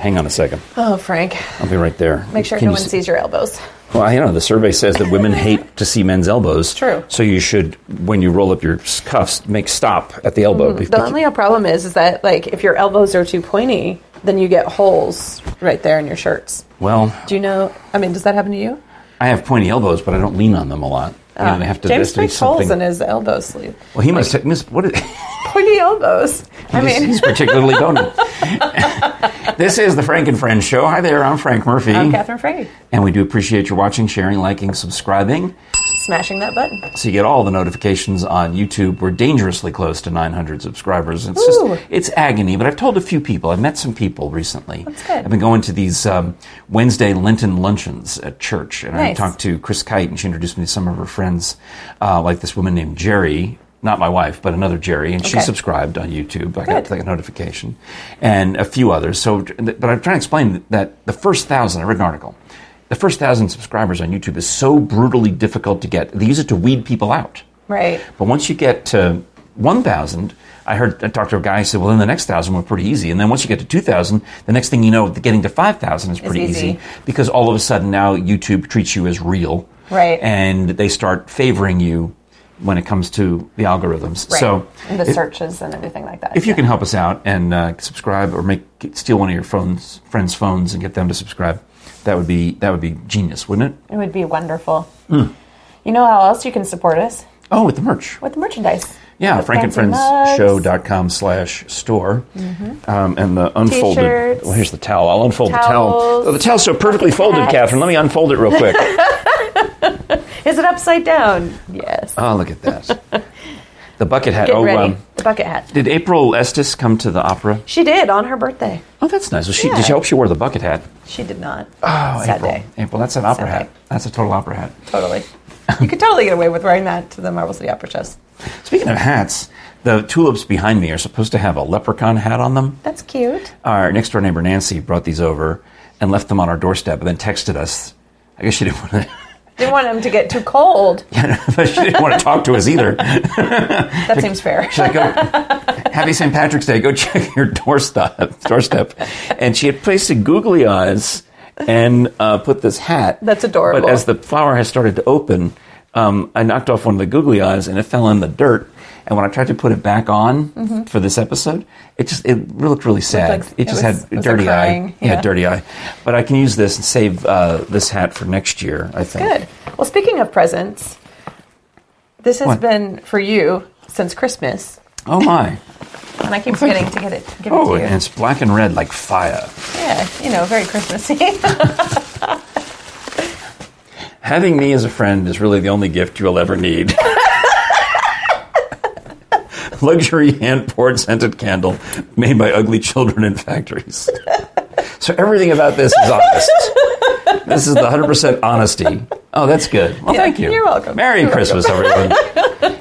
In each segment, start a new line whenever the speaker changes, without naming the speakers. Hang on a second.
Oh, Frank.
I'll be right there.
Make sure
Can
no
you
one
see-
sees your elbows.
Well, I know the survey says that women hate to see men's elbows.
True.
So you should, when you roll up your s- cuffs, make stop at the elbow. Be-
Mm-hmm. The only problem is, is that like if your elbows are too pointy, then you get holes right there in your shirts.
well,
Do you know? I mean, does that happen to you?
I have pointy elbows, but I don't lean on them a lot. You know, they have to,
Ah. James
there has
picks
to be
holes in
something.
his elbow sleeve.
Well, he must. miss, what? Is,
Pointy elbows. I
he's,
mean,
he's particularly bony. this is the Frank and Friends show. Hi there, I'm Frank Murphy,
I'm Catherine Frey.
and we do appreciate you watching, sharing, liking, subscribing.
Smashing that button.
so you get all the notifications on YouTube. We're dangerously close to 900 subscribers. It's
Ooh.
just it's agony. But I've told a few people. I've met some people recently. That's
good.
I've been going to these um, Wednesday Lenten luncheons at church, and I
Nice.
talked to Chris Kite, and she introduced me to some of her friends, uh, like this woman named Jerry. Not my wife, but another Jerry, and she
Okay.
subscribed on YouTube. I got
Good.
the notification, and a few others. So, but I'm trying to explain that the first thousand. I read an article. The first thousand subscribers on YouTube is so brutally difficult to get. They use it to weed people out.
Right.
But once you get to 1,000, I heard I talked to a guy. He said, "Well, then the next thousand were pretty easy, and then once you get to 2,000, the next thing you know, getting to 5,000 is pretty
easy.
because all of a sudden now YouTube treats you as real,
Right.
And they start favoring you when it comes to the algorithms.
Right.
So
and the
if-
searches and everything like that.
if you can help us out and uh, subscribe or make steal one of your phones friends' phones and get them to subscribe, that would be that would be genius, wouldn't it?
it would be wonderful.
Hmm.
You know how else you can support us
Oh, with the merch.
with merchandise.
Yeah,
With fancy mugs. Mm-hmm.
frankandfriendsshow.com slash store. Um, and the unfolded.
T-shirts.
Well, here's the towel. I'll unfold the towel.
Towels.
Oh, the towel's so perfectly folded,
hats.
Catherine. Let me unfold it real quick.
Is it upside down? Yes.
oh, look at that. The bucket hat.
Get
oh,
ready.
um,
the bucket hat.
did April Estes come to the opera?
She did on her birthday.
Oh, that's nice. Well, she,
Yeah.
did she I hope she wore the bucket hat?
She did not.
Oh,
Sad
April.
day.
April, that's an opera
Sad
hat.
day.
That's a total opera hat.
Totally. You could totally get away with wearing that to the Marble City Opera shows.
Speaking of hats, the tulips behind me are supposed to have a leprechaun hat on them.
That's cute.
Our next door neighbor Nancy brought these over and left them on our doorstep, and then texted us. I guess she didn't want to.
Didn't want them to get too cold.
she didn't want to talk to us either.
That seems fair.
She's like, "Go, happy St. Patrick's Day. Go check your doorstep." Doorstep, and she had placed a googly eyes and uh, put this hat.
That's adorable.
But as the flower has started to open, um, I knocked off one of the googly eyes, and it fell in the dirt. And when I tried to put it back on for this episode, it just it looked really sad.
Mm-hmm. like
it
it
just
was-
had
it was a
dirty eye.
crying,
Yeah,
yeah.
dirty eye. But I can use this and save uh, this hat for next year. I think.
Good. Well, speaking of presents, this has
What?
been for you since Christmas,
Oh my.
and I keep forgetting to get it. Give
Oh,
it to
and
you.
it's black and red like fire.
Yeah, you know, very Christmassy.
Having me as a friend is really the only gift you'll ever need. Luxury hand poured scented candle made by ugly children in factories. So everything about this is honest. This is the 100% honesty. Oh, that's good. Well,
Yeah,
thank you.
you're welcome.
Merry
You're
Christmas, everyone.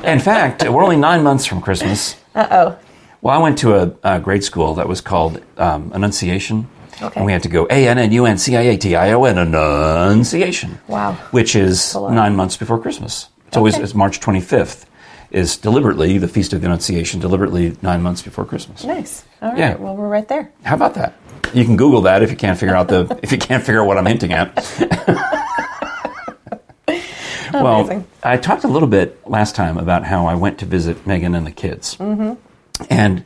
In fact, we're only nine months from Christmas.
uh oh.
Well, I went to a, a grade school that was called um, Annunciation.
Okay.
And we had to go A N N U N C I A T I O N Annunciation.
Wow.
Which is
lot.
nine months before Christmas. It's always
Okay.
it's March 25th, is deliberately the Feast of the Annunciation, deliberately nine months before Christmas.
Nice. All right.
Yeah.
Well, we're right there.
How about that? You can Google that if you can't figure out the if you can't figure out what I'm hinting at. well,
Amazing.
I talked a little bit last time about how I went to visit Megan and the kids, mm-hmm. and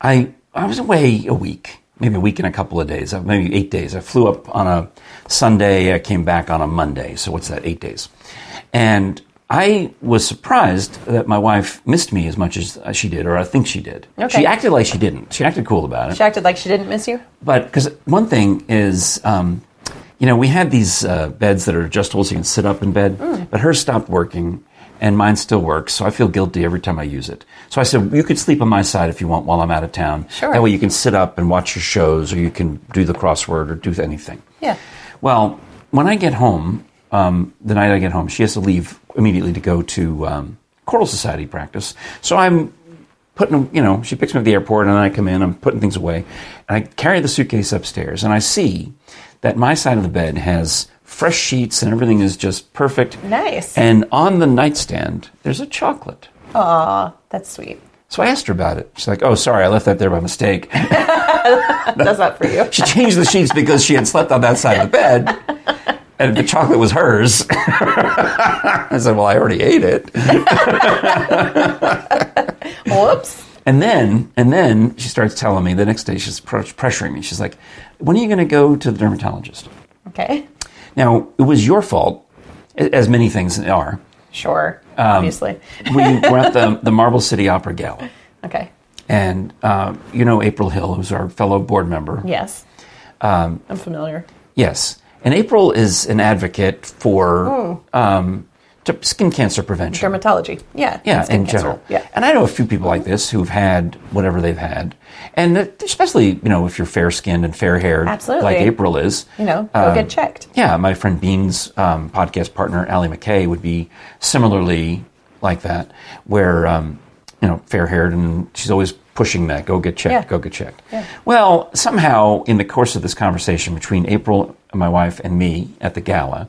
I I was away a week, maybe a week and a couple of days, uh, maybe eight days. I flew up on a Sunday, I came back on a Monday. So what's that? Eight days, and. I was surprised that my wife missed me as much as uh, she did, or I think she did.
Okay.
She acted like she didn't. She acted cool about it.
She acted like she didn't miss you.
But because one thing is, um, you know, we had these uh, beds that are adjustable so you can sit up in bed, but hers stopped working and mine still works, so I feel guilty every time I use it. So I said, you could sleep on my side if you want while I'm out of town.
Sure.
That way you can sit up and watch your shows or you can do the crossword or do anything.
Yeah.
Well, when I get home, um, the night I get home, she has to leave immediately to go to um, choral society practice. So I'm putting, you know, she picks me up at the airport, and then I come in. I'm putting things away, and I carry the suitcase upstairs, and I see that my side of the bed has fresh sheets, and everything is just perfect.
Nice.
And on the nightstand, there's a chocolate.
Aw, that's sweet.
So I asked her about it. She's like, "Oh, sorry, I left that there by mistake."
That's not for you.
She changed the sheets because she had slept on that side of the bed, and the chocolate was hers. I said, "Well, I already ate it."
Whoops.
And then, and then she starts telling me the next day she's pr- pressuring me. She's like, "When are you going to go to the dermatologist?"
Okay.
Now it was your fault, a- as many things are.
Sure.
Um,
obviously.
We were at the the Marble City Opera Gala,
Okay.
and uh, you know April Hill, who's our fellow board member.
Yes.
Um,
I'm familiar.
Yes, and April is an advocate for um, to skin cancer prevention.
Dermatology. Yeah.
yeah,
skin
in
cancer.
general.
Yeah.
And I know a few people like this who've had whatever they've had, and that- especially you know if you're fair skinned and fair haired,
Absolutely.
like April is.
You know, go
um,
get checked.
Yeah, my friend Bean's um, podcast partner Allie McKay would be similarly like that, where um, you know fair haired and she's always pushing that go get checked,
Yeah.
go get checked.
Yeah.
Well, somehow in the course of this conversation between April, my wife, and me at the gala,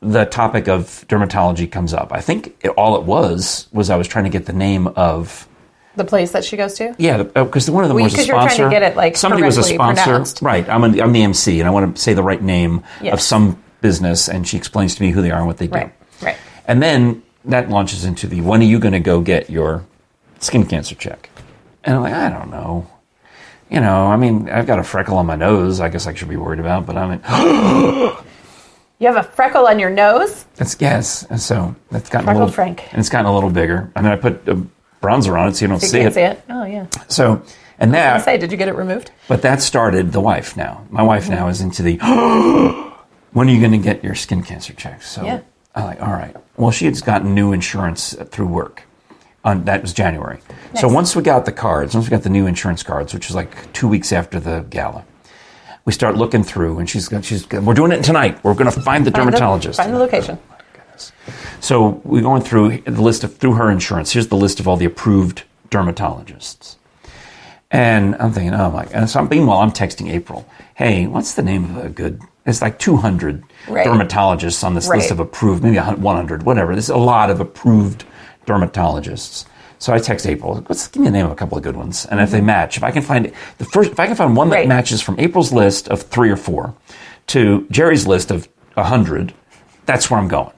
the topic of dermatology comes up. I think it, all it was was I was trying to get the name of
The place that she goes to.
yeah because one of them
Well,
was a
'cause you're trying to
sponsor.
get it, like,
somebody was a
correctly
sponsor,
pronounced.
right? I'm, an, I'm the MC and I want to say the right name of
Yes.
some business, and she explains to me who they are and what they do.
Right. Right.
And then that launches into the when are you going to go get your skin cancer check? And I'm like, I don't know. You know, I mean, I've got a freckle on my nose. I guess I should be worried about, but I'm.
You have a freckle on your nose.
That's yes, and so that's gotten
Freckle
a little
Frank.
and it's gotten a little bigger. I mean, I put a bronzer on it so you don't
You
see
can't
it. Uh,
see it. Oh yeah.
So and
I
that,
say, did you get it removed?
but that started the wife. Now my wife
Mm-hmm.
now is into the. when are you going to get your skin cancer check? So
Yeah.
I like all right. Well, she had just gotten new insurance through work. On, that was January. So
Nice.
once we got the cards, once we got the new insurance cards, which was like two weeks after the gala, we start looking through, and she's got, she's got, we're doing it tonight. We're going to find the
Find the-
dermatologist.
Find the location.
So we're going through the list of through her insurance. Here's the list of all the approved dermatologists. And I'm thinking, oh my! And so I'm, meanwhile, I'm texting April. Hey, what's the name of a good? It's like 200
Right.
dermatologists on this list
Right.
of approved, maybe a hun- 100, whatever. There's a lot of approved dermatologists. So I text April. Let's give me the name of a couple of good ones, and if they match, if I can find the first, if I can find one that
Mm-hmm. Right.
matches from April's list of three or four to Jerry's list of 100, that's where I'm going.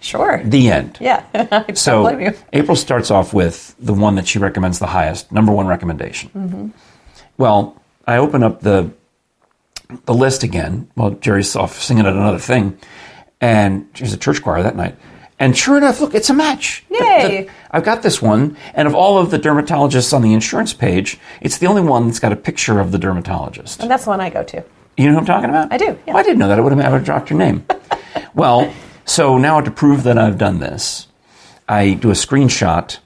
Sure.
The end.
yeah. I don't
So
blame you.
April starts off with the one that she recommends the highest, number one recommendation.
Mm-hmm.
Well, I open up the the list again while Jerry's off singing at another thing, and there's a church choir that night. And sure enough, look, it's a match. The- the-
Yay.
I've got this one, and of all of the dermatologists on the insurance page, it's the only one that's got a picture of the dermatologist.
And that's the one I go to.
You know who I'm talking about?
I do, yeah.
Well, I didn't know that. I would have, I would have dropped your name. well, so now to prove that I've done this, I do a screenshot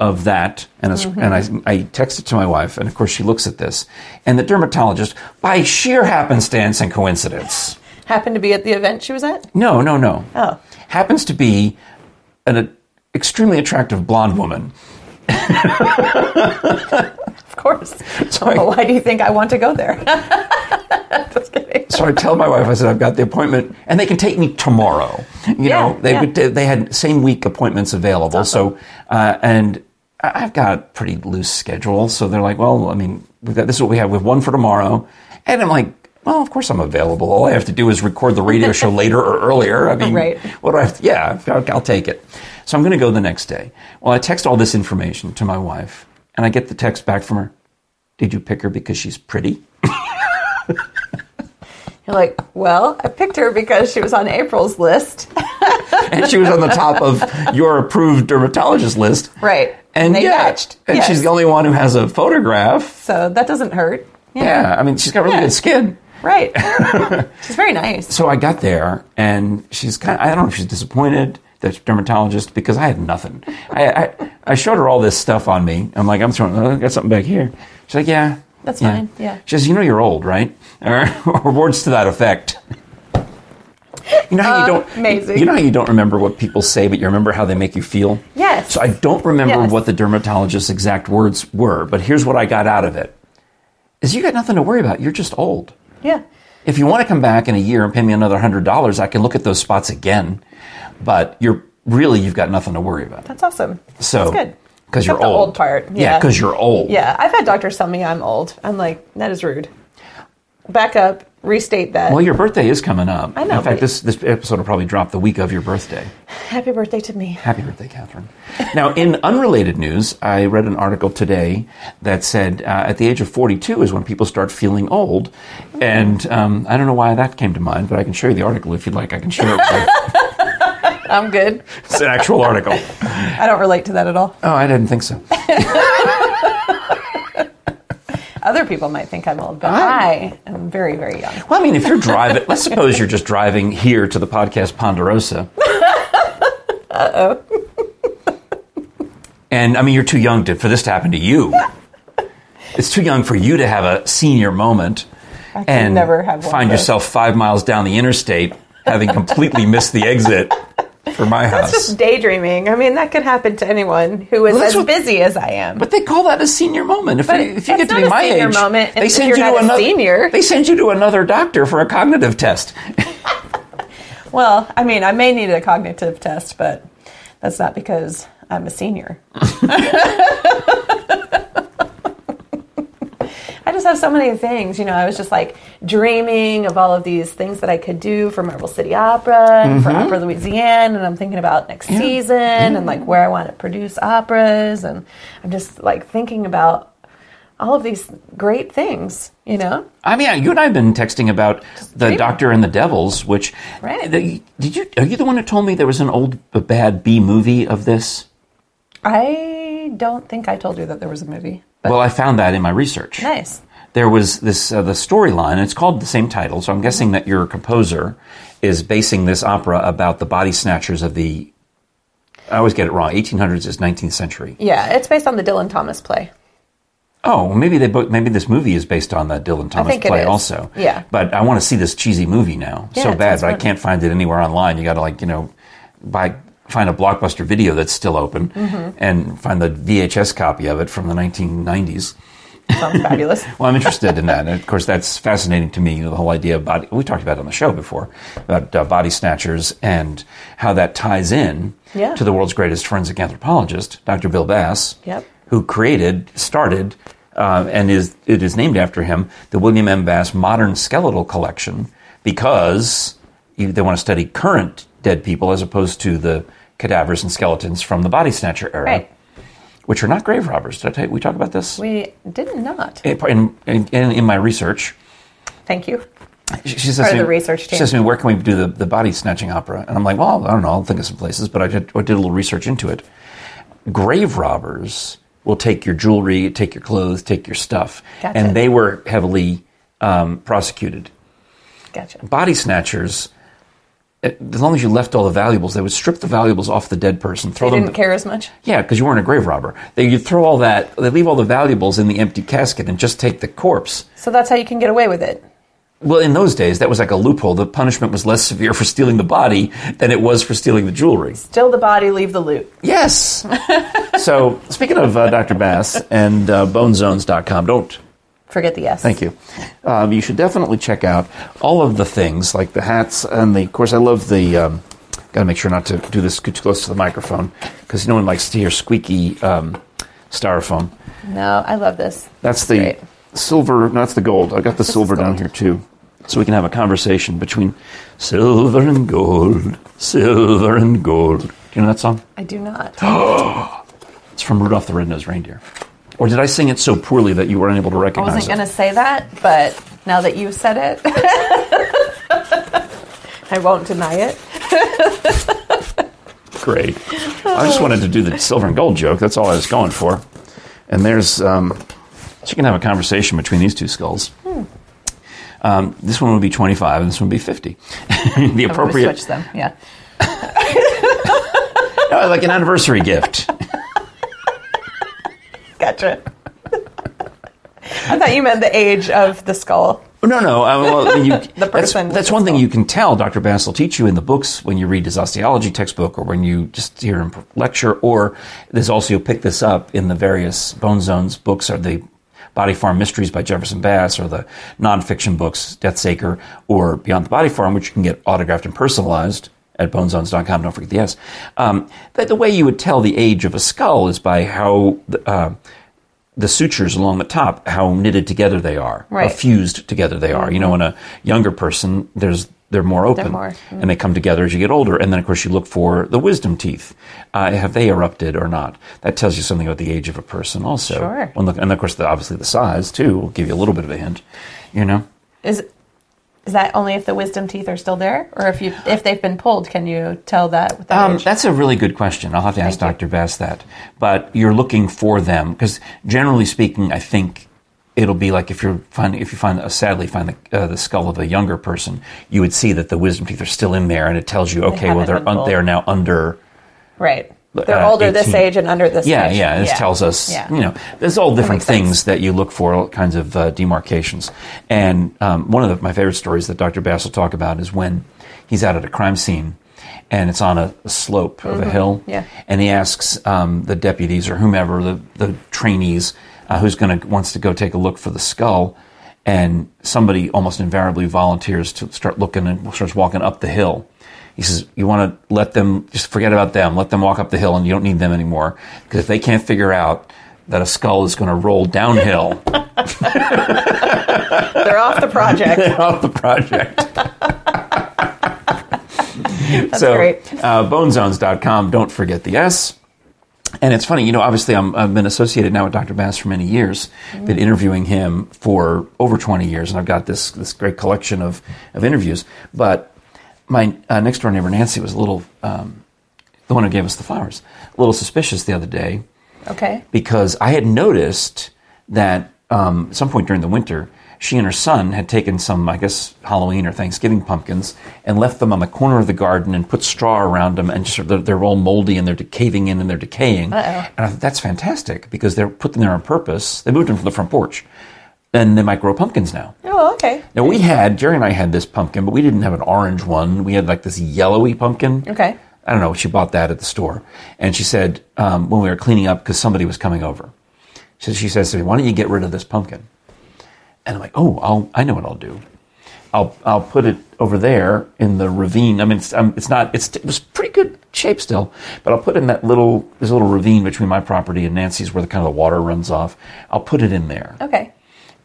of that and, a, sc-
Mm-hmm.
and I, I text it to my wife, and of course she looks at this. And the dermatologist, by sheer happenstance and coincidence,
Happened to be at the event she was at.
no, no, no,
Oh.
happens to be an uh, extremely attractive blonde woman.
Of course.
So I-
Why do you think I want to go there? Just kidding.
so I tell my wife, I said, I've got the appointment, and they can take me tomorrow. You
Yeah,
know, they
yeah.
would they had same week appointments available. So, uh, and I- I've got a pretty loose schedule. So they're like, well, I mean, we've got this is what we have. We have one for tomorrow, and I'm like. Well, of course I'm available. All I have to do is record the radio show later or earlier. I mean,
Right.
what do I have? To, yeah, I'll, I'll take it. So I'm going to go the next day. Well, I text all this information to my wife, and I get the text back from her. Did you pick her because she's pretty?
You're like, well, I picked her because she was on April's list.
and she was on the top of your approved dermatologist list.
Right.
And
They
yeah,
matched.
And
Yes.
she's the only one who has a photograph.
So that doesn't hurt. Yeah.
Yeah, I mean, she's got really
Yeah.
good skin.
Right. She's very nice.
So I got there, and she's kind of, I don't know if she's disappointed, the dermatologist, because I had nothing. I, I, I showed her all this stuff on me. I'm like, I'm throwing, oh, I got something back here. She's like, yeah.
That's fine, yeah.
She says, you know you're old, right? Or, or words to that effect. You know how you don't.
Amazing.
You know how you don't remember what people say, but you remember how they make you feel.
Yes.
So I don't remember
Yes.
what the dermatologist's exact words were, but here's what I got out of it: is you got nothing to worry about. You're just old.
Yeah.
If you want to come back in a year and pay me another hundred dollars, I can look at those spots again. But you're really you've got nothing to worry about.
That's awesome.
So
That's good.
because you're
the
old.
old part,
Yeah,
yeah.
because you're old.
Yeah, I've had doctors tell me I'm old. I'm like, that is rude. Back up, restate that.
Well, your birthday is coming up.
I know,
In fact,
but-
this this episode will probably drop the week of your birthday.
Happy birthday to me.
Happy birthday, Catherine. Now, in unrelated news, I read an article today that said uh, at the age of 42 is when people start feeling old. And um, I don't know why that came to mind, but I can show you the article if you'd like. I can share it with you.
I'm good.
It's an actual article.
I don't relate to that at all.
Oh, I didn't think so.
Other people might think I'm old, but I am very, very young.
Well, I mean, if you're driving, let's suppose you're just driving here to the podcast Ponderosa. Uh-oh. and I mean, you're too young to, for this to happen to you. It's too young for you to have a senior moment I
can
and
never have one
find
of those.
yourself five miles down the interstate having completely missed the exit for my house.
It's just daydreaming. I mean, that could happen to anyone who is
Well, that's
as
what-
busy as I am.
But they call that a senior moment. If, you, if you get
that's
to
not
be
a
my
senior
age,
moment
they
if
send
you're
you to
not a
another
senior.
They send you to another doctor for a cognitive test.
well, I mean, I may need a cognitive test, but that's not because I'm a senior. I just have so many things, you know. I was just like dreaming of all of these things that I could do for Marble City Opera and for Opera Louisiane, and I'm thinking about next season and like where I want to produce operas, and I'm just like thinking about all of these great things, you know.
I mean, you and I have been texting about the
dreaming.
Doctor and the Devils, which
Right.
the- did you? Are you the one who told me there was an old uh, bad B movie of this?
I don't think I told you that there was a movie.
well, I found that in my research.
Nice.
There was this uh, the storyline, and it's called the same title. So I'm guessing that your composer is basing this opera about the body snatchers of the. I always get it wrong. 1800s is 19th century.
Yeah, it's based on the Dylan Thomas play.
Oh, well, maybe they bo- maybe this movie is based on that Dylan Thomas
think it
play
is.
also.
Yeah.
But I want to see this cheesy movie now
Yeah,
so
it
bad,
sounds
but I
fun.
can't find it anywhere online. You got to like you know, buy find a blockbuster video that's still open
Mm-hmm.
and find the VHS copy of it from the 1990s.
Sounds fabulous.
Well, I'm interested in that. And of course, that's fascinating to me. The whole idea of body. We talked about it on the show before about uh, body snatchers and how that ties in
Yeah.
to the world's greatest forensic anthropologist, Dr. Bill Bass,
Yep.
who created, started, uh, and is it is named after him, the William M. Bass Modern Skeletal Collection, because you, they want to study current dead people as opposed to the cadavers and skeletons from the body snatcher era,
Right.
which are not grave robbers. Did I tell you, we talk about this?
We did not.
in, in, in, in my research,
Thank you.
she, she says
Part
to
of
me,
the research
She
team.
says to me, "Where can we do the, the body snatching opera?" And I'm like, "Well, I don't know. I'll think of some places." But I did, I did a little research into it. Grave robbers will take your jewelry, take your clothes, take your stuff,
Gotcha.
and they were heavily um, prosecuted.
Gotcha.
Body snatchers. eh, As long as you left all the valuables, they would strip the valuables off the dead person, throw
They
them.
didn't care as much.
Yeah, because you weren't a grave robber. They you throw all that, they leave all the valuables in the empty casket and just take the corpse.
So that's how you can get away with it.
Well, in those days, that was like a loophole. The punishment was less severe for stealing the body than it was for stealing the jewelry.
Still the body, leave the loot.
Yes. so, speaking of uh, Dr. Bass and uh, bonezones.com, don't
Forget the yes.
Thank you. Um, you should definitely check out all of the things, like the hats and the. Of course, I love the. Um, Got to make sure not to do this too close to the microphone because no one likes to hear squeaky um, styrofoam.
No, I love this.
That's the
Great.
silver. No, that's the gold. I got the silver down
gold.
here too, so we can have a conversation between silver and gold, silver and gold. Do you know that song?
I do not.
It's from Rudolph the Red-Nosed Reindeer. Or did I sing it so poorly that you were unable to
I
recognize
wasn't going
it?
to say that, but now that you said it, I won't deny it.
Great. I just wanted to do the silver and gold joke. That's all I was going for. And there's, um, so you can have a conversation between these two skulls.
Hmm.
Um, this one would be 25, and this one would be 50. the
I'm going to
appropriate,
switch them. Yeah.
No, Oh, like an anniversary gift.
Gotcha. I thought you meant the age of the skull.
No, no. Uh, well, you, that's,
person with
that's
the
one thing
skull.
you can tell. Dr. Bass will teach you in the books when you read his osteology textbook or when you just hear him lecture. Or there's also, you'll pick this up in the various Bone Zones books or the Body Farm Mysteries by Jefferson Bass or the nonfiction books, Death's Acre or Beyond the Body Farm, which you can get autographed and personalized at bonezones.com. Don't forget the S. Um, that the way you would tell the age of a skull is by how uh, the sutures along the top, how knitted together they are, how
Right. Mm-hmm.
fused together they are. You know, in a younger person, there's they're more open
more- mm-hmm.
and they come together as you get older. And then, of course, you look for the wisdom teeth. Uh, have they erupted or not? That tells you something about the age of a person, also.
Sure.
And, look, and of course, the, obviously, the size, too, will give you a little bit of a hint, you know?
Is is that only if the wisdom teeth are still there, or if you if they've been pulled? Can you tell that with that
Um,
age?
that's a really good question. I'll have to ask
Thank
Dr. Bass that. But you're looking for them because, generally speaking, I think it'll be like if you're find, if you find uh, sadly find the, uh, the skull of a younger person, you would see that the wisdom teeth are still in there, and it tells you, okay, well
haven't
they're
been
un-
pulled.
they're now under.
Right. They're
uh,
older this
18.
age and under this
Yeah,
age.
yeah. This tells us,
Yeah.
you know, there's all different
makes sense.
things that you look for, all kinds of uh, demarcations. And um, one of the, my favorite stories that Dr. Bass will talk about is when he's out at a crime scene and it's on a, a slope of a hill.
Mm-hmm. yeah.
And he asks um, the deputies or whomever, the, the trainees, uh, who's going to wants to go take a look for the skull. And somebody almost invariably volunteers to start looking and starts walking up the hill. He says, You want to let them, just forget about them, let them walk up the hill and you don't need them anymore. Because if they can't figure out that a skull is going to roll downhill
They're off the project.
off the project. so,
great.
Uh, bonezones.com, don't forget the S. And it's funny, you know, obviously I'm, I've been associated now with Dr. Bass for many years,
Mm-hmm.
been interviewing him for over 20 years, and I've got this, this great collection of, of interviews. But my uh, next door neighbor, Nancy, was a little, um, the one who gave us the flowers, a little suspicious the other day
okay.
because I had noticed that um, at some point during the winter, she and her son had taken some, I guess, Halloween or Thanksgiving pumpkins and left them on the corner of the garden and put straw around them, and just, they're, they're all moldy and they're de- caving in and they're decaying.
Uh-oh.
And I thought that's fantastic because they're put them there on purpose. They moved them from the front porch, and they might grow pumpkins now.
Oh, okay.
Now we had Jerry and I had this pumpkin, but we didn't have an orange one. We had like this yellowy pumpkin.
Okay.
I don't know. She bought that at the store, and she said um, when we were cleaning up because somebody was coming over, so she says to me, "Why don't you get rid of this pumpkin?" And I'm like, "Oh, I'll, I know what I'll do. I'll I'll put it over there in the ravine. I mean, it's um, it's not it's it was pretty good shape still, but I'll put it in that little this little ravine between my property and Nancy's where the kind of the water runs off. I'll put it in there."
Okay.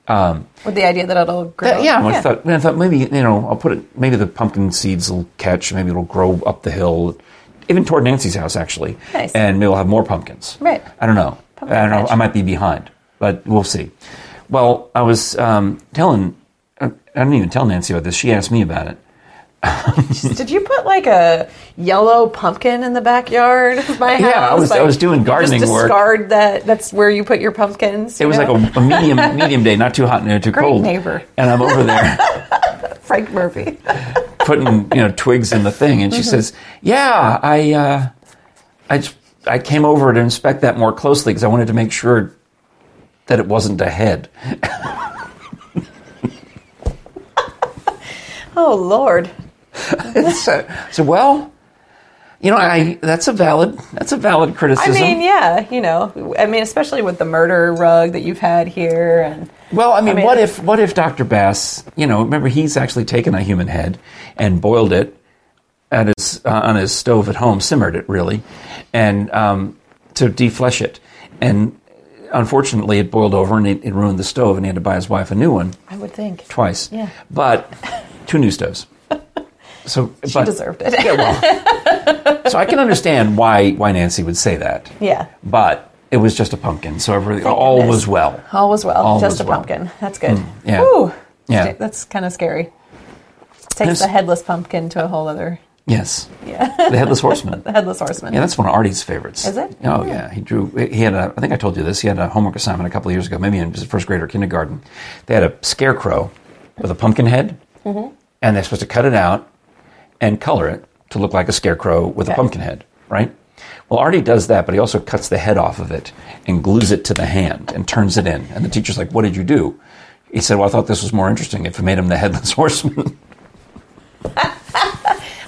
Um,
With the idea that it'll grow.
That- yeah, I thought, I thought maybe you know I'll put it. Maybe the pumpkin seeds will catch. Maybe it'll grow up the hill, even toward Nancy's house actually.
Nice.
And maybe we'll have more pumpkins.
Right.
I don't know.
Pumpkin
I don't know.
patch.
I might be behind, but we'll see. Well, I was um, telling. I didn't even tell Nancy about this. She asked me about it.
Did you put like a yellow pumpkin in the backyard of my house?
Yeah, I was- I
Like,
was doing
you
gardening
just
work.
discard that. That's where you put your pumpkins.
It
you
was
know?
like a, a medium medium day, not too hot and not too
Great
cold.
neighbor.
And I'm over there.
Frank Murphy.
putting you know twigs in the thing, and she
Mm-hmm.
says, "Yeah, I, uh, I, just, I came over to inspect that more closely because I wanted to make sure that it wasn't a head."
Oh Lord.
so, so well, you know, I that's a valid that's a valid
I
criticism.
mean, yeah, you know, I mean, especially with the murder rug that you've had here, and
well, I mean,
I mean-
what if what if Dr. Bass, you know, remember he's actually taken a human head and boiled it at his uh, on his stove at home, simmered it really, and um, to deflesh it. And unfortunately, it boiled over and it, it ruined the stove, and he had to buy his wife a new one
I would think
twice.
Yeah.
but two new stoves. So she
deserved it.
Yeah, well, so I can understand why why Nancy would say that.
Yeah.
but it was just a pumpkin, so everything all
goodness. Oh,
was well.
all was well.
All
Just
was
a
well. Mm,
pumpkin. That's good.
yeah.
Whew.
Yeah.
That's kind of scary. Takes
There's-
the headless pumpkin to a whole other.
Yes,
Yeah.
the headless horseman.
the headless horseman.
Yeah, that's one of Artie's favorites.
Is it? Hmm.
Oh yeah, he drew. He had a. I think I told you this. He had a homework assignment a couple of years ago, maybe in his first grade or kindergarten. They had a scarecrow with a pumpkin head,
Mm-hmm.
and they're supposed to cut it out and color it to look like a scarecrow with a
Okay.
pumpkin head, right? Well, Artie does that, but he also cuts the head off of it and glues it to the hand and turns it in. And the teacher's like, "What did you do?" He said, "Well, I thought this was more interesting if it made him the headless horseman."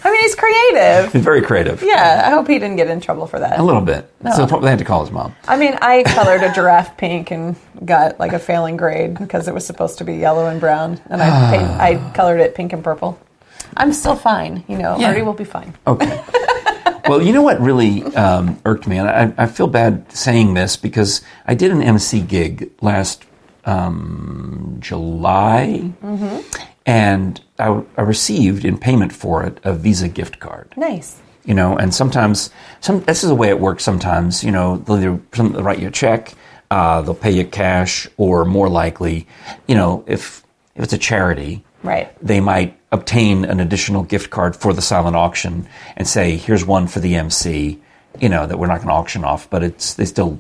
I mean, he's creative.
Very creative.
Yeah, I hope he didn't get in trouble for
A
that.
little bit. So they had to call his mom.
I mean, I colored a giraffe pink and got like a failing grade because it was supposed to be yellow and brown, and I paint, I colored it pink and purple. I'm still fine. You know,
Yeah.
Marty will be fine.
Okay. well, you know what really um, irked me, and I, I feel bad saying this because I did an MC gig last um, July, and I, I received in payment for it a Visa gift card.
Nice.
uh,
Right.
they might obtain an additional gift card for the silent auction and say here's one for the mc you know that we're not going to auction off but it's they still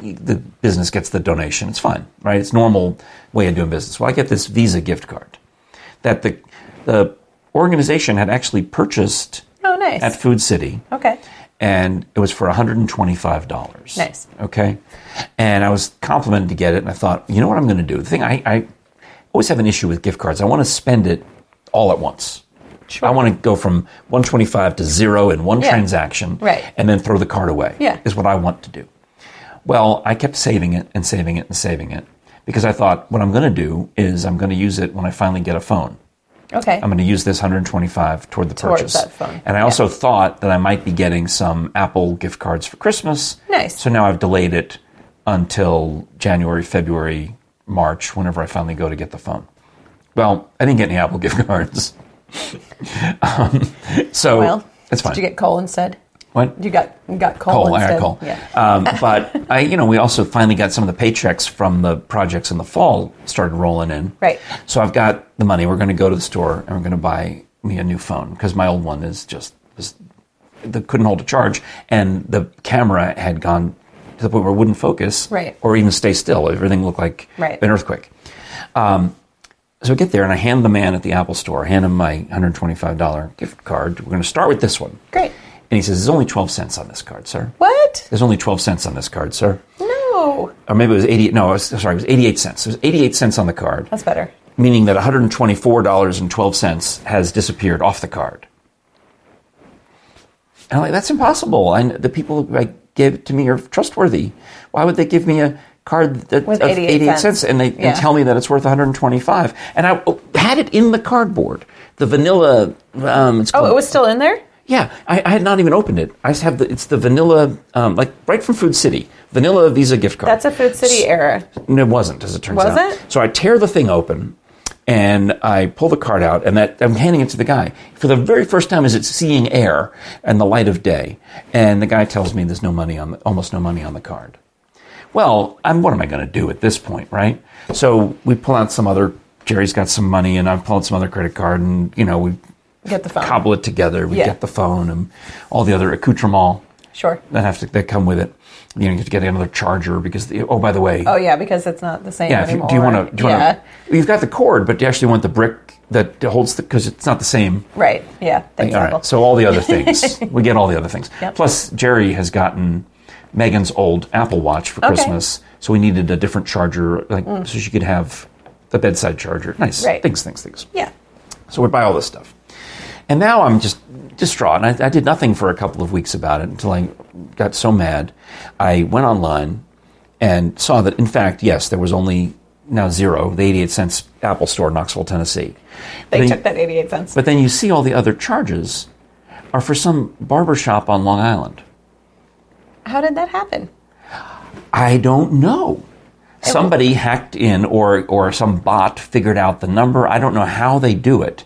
the business gets the donation it's fine right it's normal way of doing business well i get this visa gift card that the the organization had actually purchased
Oh, nice.
at Food City,
okay.
and it was for $125.
Nice.
Okay. And I was complimented to get it, and I thought, you know what I'm going to do? The thing I, I always have an issue with gift cards, I want to spend it all at once.
Sure.
I want to go from 125 to zero in one
Yeah.
transaction
Right.
and then throw the card away,
Yeah.
is what I want to do. Well, I kept saving it and saving it and saving it because I thought, what I'm going to do is I'm going to use it when I finally get a phone.
Okay.
I'm going to use this 125 toward the
Towards
purchase.
that phone.
And I also thought that I might be getting some Apple gift cards for Christmas.
Nice.
So now I've delayed it until January, February, March, whenever I finally go to get the phone. Well, I didn't get any Apple gift cards. um, so
well,
it's fine.
Did you get coal instead?
what?
You got you got coal,
coal,
instead.
iron coal.
Yeah.
Um, but I, you know, we also finally got some of the paychecks from the projects in the fall started rolling in.
Right.
So I've got the money. We're going to go to the store and we're going to buy me a new phone because my old one is just was the, couldn't hold a charge, and the camera had gone to the point where it wouldn't focus,
Right.
or even stay still. Everything looked like
Right.
an earthquake. Um, So I get there and I hand the man at the Apple store, hand him my $125 gift card. We're going to start with this one.
Great.
And he says, There's only 12 cents on this card, sir.
What?
There's only 12 cents on this card, sir.
No.
Or maybe it was 88. No, I was, sorry, it was 88 cents. It was 88 cents on the card,
That's better.
meaning that $124.12 has disappeared off the card. And I'm like, that's impossible. And the people who like, give it to me are trustworthy. Why would they give me a card that,
With
of
88
88 cents,
cents
and they
Yeah.
and tell me that it's worth 125? And I oh, had it in the cardboard, the vanilla. Um, it's
Oh,
called-
it was still in there.
yeah, I, I had not even opened it. I just have the it's the vanilla, um, like right from Food City, vanilla Visa gift card.
That's a Food City era.
And it wasn't, as it turns
Was
out.
it?
So I tear the thing open, and I pull the card out, and that I'm handing it to the guy for the very first time. Is it's seeing air and the light of day, and the guy tells me there's no money on the, almost no money on the card. Well, I'm, what am I going to do at this point, right? So we pull out some other. Jerry's got some money, and I pull out some other credit card, and you know we
Get the phone.
cobble it together. We
Yeah.
get the phone and all the other accoutrements
Sure.
that have to that come with it. You know, you have to get another charger because the, oh, by the way,
Oh yeah, because it's not the same
yeah. If you,
anymore.
do you want to? Do you
yeah.
want to? You've got the cord, but do you actually want the brick that holds the because it's not the same.
Right. Yeah. Thanks,
All
Apple.
right. So all the other things, we get all the other things.
Yep.
Plus, Jerry has gotten Megan's old Apple Watch for
Okay. Mm.
Christmas, so we needed a different charger, like so she could have the bedside charger. Nice
Right.
things, things, things.
yeah.
So we buy all this stuff. And now I'm just distraught. And I, I did nothing for a couple of weeks about it until I got so mad. I went online and saw that, in fact, yes, there was only now zero, the 88 cents Apple store, in Knoxville, Tennessee. But
They
then-
took that 88 cents.
but then you see all the other charges are for some barber shop on Long Island.
How did that happen?
I don't know. Somebody hacked in, or or some bot figured out the number. I don't know how they do it,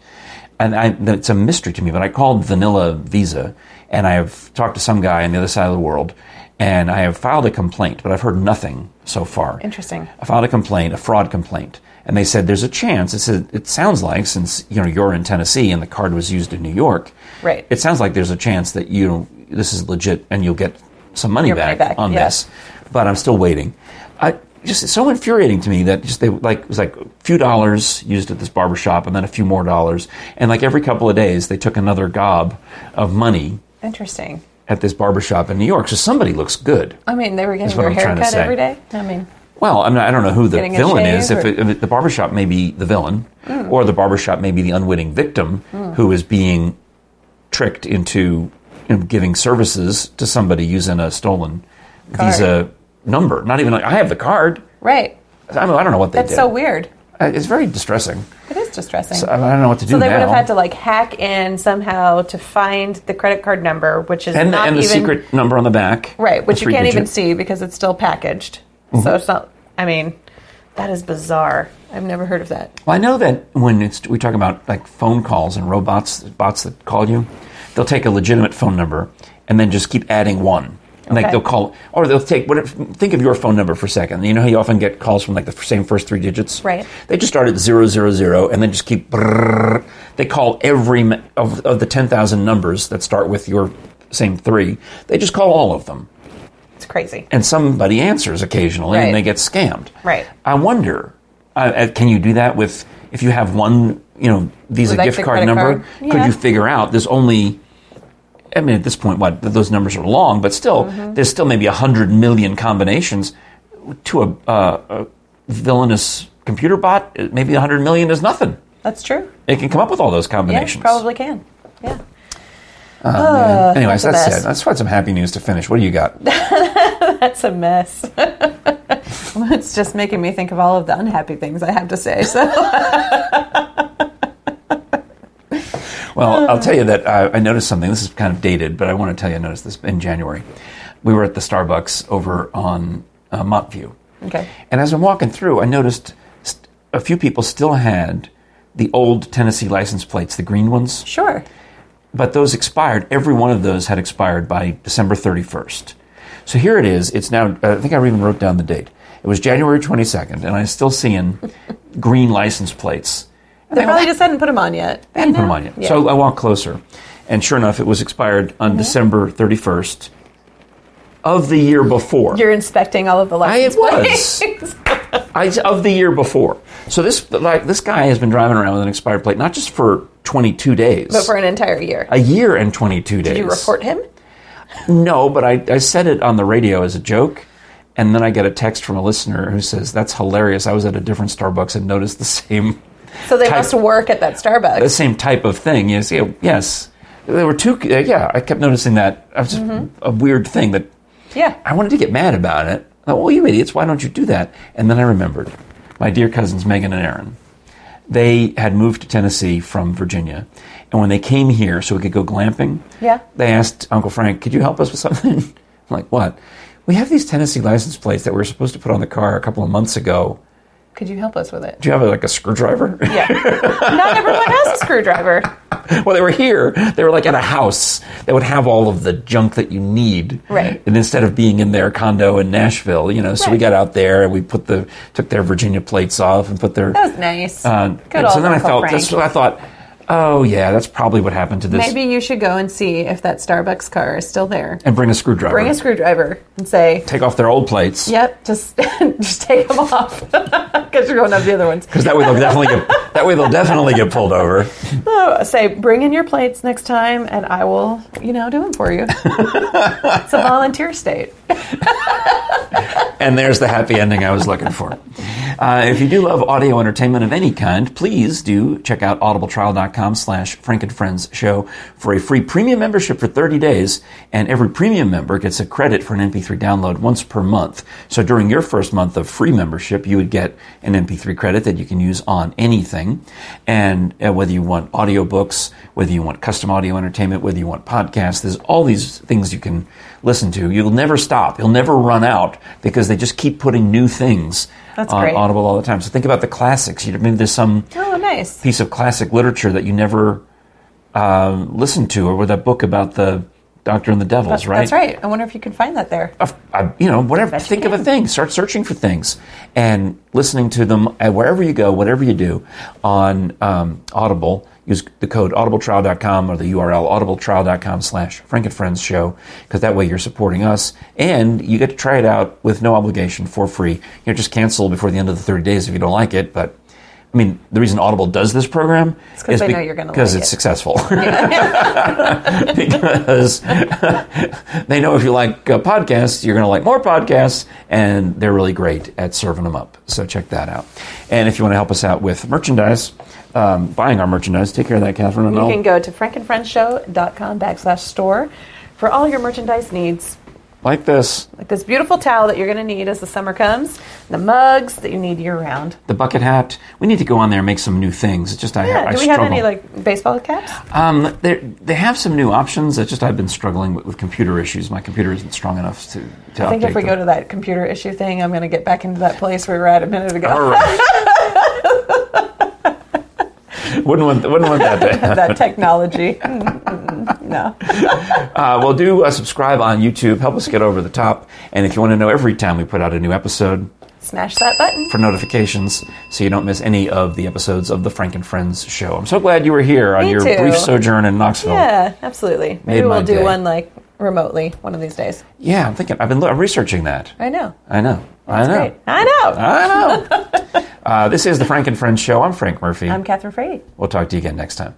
and I, it's a mystery to me. But I called Vanilla Visa, and I have talked to some guy on the other side of the world, and I have filed a complaint, but I've heard nothing so far.
Interesting.
I filed a complaint, a fraud complaint, and they said there's a chance. It said it sounds like since you know you're in Tennessee and the card was used in New York,
Right.
It sounds like there's a chance that you this is legit and you'll get some money
Your money
back,
back,
on
yeah.
this, but I'm still waiting. I just it's so infuriating to me that just they like it was like a few dollars used at this barber shop and then a few more dollars and like every couple of days they took another gob of money
Interesting.
at this barber shop in New York. So somebody looks good.
I mean, they were getting
what
their
I'm trying
hair
to
cut
say.
every day. I mean,
Well, I'm not, I don't know who the
Getting a
villain is.
shave
If,
or-
it,
Hmm.
if it- the barbershop may be the villain, or the barbershop may be the unwitting victim who is being tricked into you know, giving services to somebody using a stolen
Card.
Visa number. Not even like I have the card.
right.
I don't, I don't know what they
That's
did.
so weird.
Uh, It's very distressing.
It is distressing.
So I I don't know what to do
So they
now.
would have had to like hack in somehow to find the credit card number, which is
and
not
and the
even
secret number on the back.
right, which
the Mm-hmm.
you can't even
three-digit.
see because it's still packaged. So it's not. I mean, that is bizarre. I've never heard of that.
Well, I know that when it's, we talk about like phone calls and robots, bots that call you, they'll take a legitimate phone number and then just keep adding one. And, Like
Okay.
they'll call, or they'll take. What if, think of your phone number for a second. You know how you often get calls from like the f- same first three digits.
Right.
They just start at zero zero zero and then just keep. brrrr. They call every m- of, of the ten thousand numbers that start with your same three. They just call all of them
It's crazy.
and somebody answers occasionally
Right.
and they get scammed.
Right.
I wonder, uh, uh, can you do that with if you have one, you know, Visa
With, like,
gift
the
card
credit
number?
card?
Could
Yeah.
you figure out there's only I mean, at this point, what th- those numbers are long, but still,
Mm-hmm.
there's still maybe hundred million combinations to a, uh, a villainous computer bot. uh, Maybe hundred million is nothing.
That's true.
It can come up with all those
Yeah,
combinations.
probably can. Yeah.
Yeah. Anyways,
that's the
that's
best.
it. That's what some happy news to finish. What do you got?
That's a mess. Well, it's just making me think of all of the unhappy things I have to say. So
Well, I'll tell you that uh, I noticed something. This is kind of dated, but I want to tell you I noticed this in January. We were at the Starbucks over on uh, Mott View.
okay.
And as I'm walking through, I noticed st- a few people still had the old Tennessee license plates, the green ones,
Sure.
but those expired. Every one of those had expired by December 31st. So here it is. It's now, I think I even wrote down the date. It was January 22nd, and I'm still seeing green license plates. And
They
I go,
probably just hadn't put them on yet.
I hadn't put 'em on yet.
Yeah. Mm-hmm.
So I walked closer, and sure enough, it was expired on December 31st of the year before.
You're inspecting all of the
I
license
it was
plates.
I, of the year before. So this like this guy has been driving around with an expired plate, not just for 22 days,
but for an entire year.
a year and 22 days.
Did you report him?
No, but I, I said it on the radio as a joke. And then I get a text from a listener who says, That's hilarious. I was at a different Starbucks and noticed the same
So they
Type-
must work at that Starbucks.
the same type of thing. Yes, yeah, yes. There were two. Uh, yeah, I kept noticing that. It was just a weird thing that
yeah.
I wanted to get mad about it. I thought, well, you idiots, why don't you do that? And then I remembered my dear cousins Megan and Aaron. They had moved to Tennessee from Virginia, and when they came here, so we could go glamping,
Yeah.
they asked Uncle Frank, "Could you help us with something?" I'm like what? We have these Tennessee license plates that we were supposed to put on the car a couple of months ago.
Could you help us with it?
Do you have like a screwdriver?
Yeah. Not everyone has a screwdriver.
Well, they were here. They were like at a house that would have all of the junk that you need.
Right.
And instead of being in their condo in Nashville, you know, so we
Right.
got out there and we put the took their Virginia plates off and put their.
That was nice.
uh,
Good
and
old
so then I
Uncle
felt
Frank.
that's what I thought. Oh yeah, that's probably what happened to this.
Maybe you should go and see if that Starbucks car is still there.
And bring a screwdriver.
Bring a screwdriver and say,
Take off their old plates.
"Yep, just just take them off because you're going up the other ones."
Because that way they'll definitely get that way they'll definitely get pulled over.
Oh, say, "Bring in your plates next time, and I will, you know, do them for you." it's a volunteer state.
And there's the happy ending I was looking for. Uh, if you do love audio entertainment of any kind, please do check out audibletrial.com slash Frank and Friends show for a free premium membership for 30 days. And every premium member gets a credit for an MP3 download once per month. So during your first month of free membership, you would get an MP3 credit that you can use on anything. And uh, whether you want audiobooks, whether you want custom audio entertainment, whether you want podcasts, there's all these things you can listen to. You'll never stop. You'll never run out because they just keep putting new things
That's
on
great.
Audible all the time. So think about the classics. You, maybe there's some
Oh, nice.
piece of classic literature that you never um, listened to, or with that book about the Doctor and the Devils, right?
That's right. I wonder if you can find that there.
of- I- you know, whatever.
you
Think of a
can.
thing. Start searching for things and listening to them at wherever you go, whatever you do on um, Audible. Use the code audibletrial.com or the URL audibletrial.com slash Frank and Friends show because that way you're supporting us and you get to try it out with no obligation for free. You know, just cancel before the end of the 30 days if you don't like it. But I mean, the reason Audible does this program
'cause
is
they know you're gonna
because
like
it's
it.
successful. because they know if you like uh, podcasts, you're going to like more podcasts, and they're really great at serving them up. So check that out. And if you want to help us out with merchandise, um, buying our merchandise, take care of that, Catherine. And
You
I'll-
can go to frankandfriendshow.com backslash store for all your merchandise needs.
like this.
Like this beautiful towel that you're going to need as the summer comes, the mugs that you need year round.
The bucket hat. We need to go on there and make some new things. It's just I,
Yeah,
I
do we
struggle.
have any like baseball caps?
Um, they they have some new options. It's just I've been struggling with, with computer issues. My computer isn't strong enough to, to
I think
update
if we go
them.
to that computer issue thing, I'm going to get back into that place we were at a minute ago.
All right. wouldn't want wouldn't want that to happen.
that technology. Mm, mm, no.
Uh, well, do uh, subscribe on YouTube. Help us get over the top. And if you want to know every time we put out a new episode
Smash that button.
for notifications, so you don't miss any of the episodes of the Frank and Friends show. I'm so glad you were here on
Me
your
too.
brief sojourn in Knoxville.
Yeah, absolutely. Maybe
my
we'll do
day.
one like remotely one of these days.
Yeah, I'm thinking. I've been lo- I'm researching that.
I know.
I know.
That's
I know.
great. I know.
I Uh, know. uh, this is the Frank and Friends show. I'm Frank Murphy.
I'm Catherine Frady.
we'll talk to you again next time.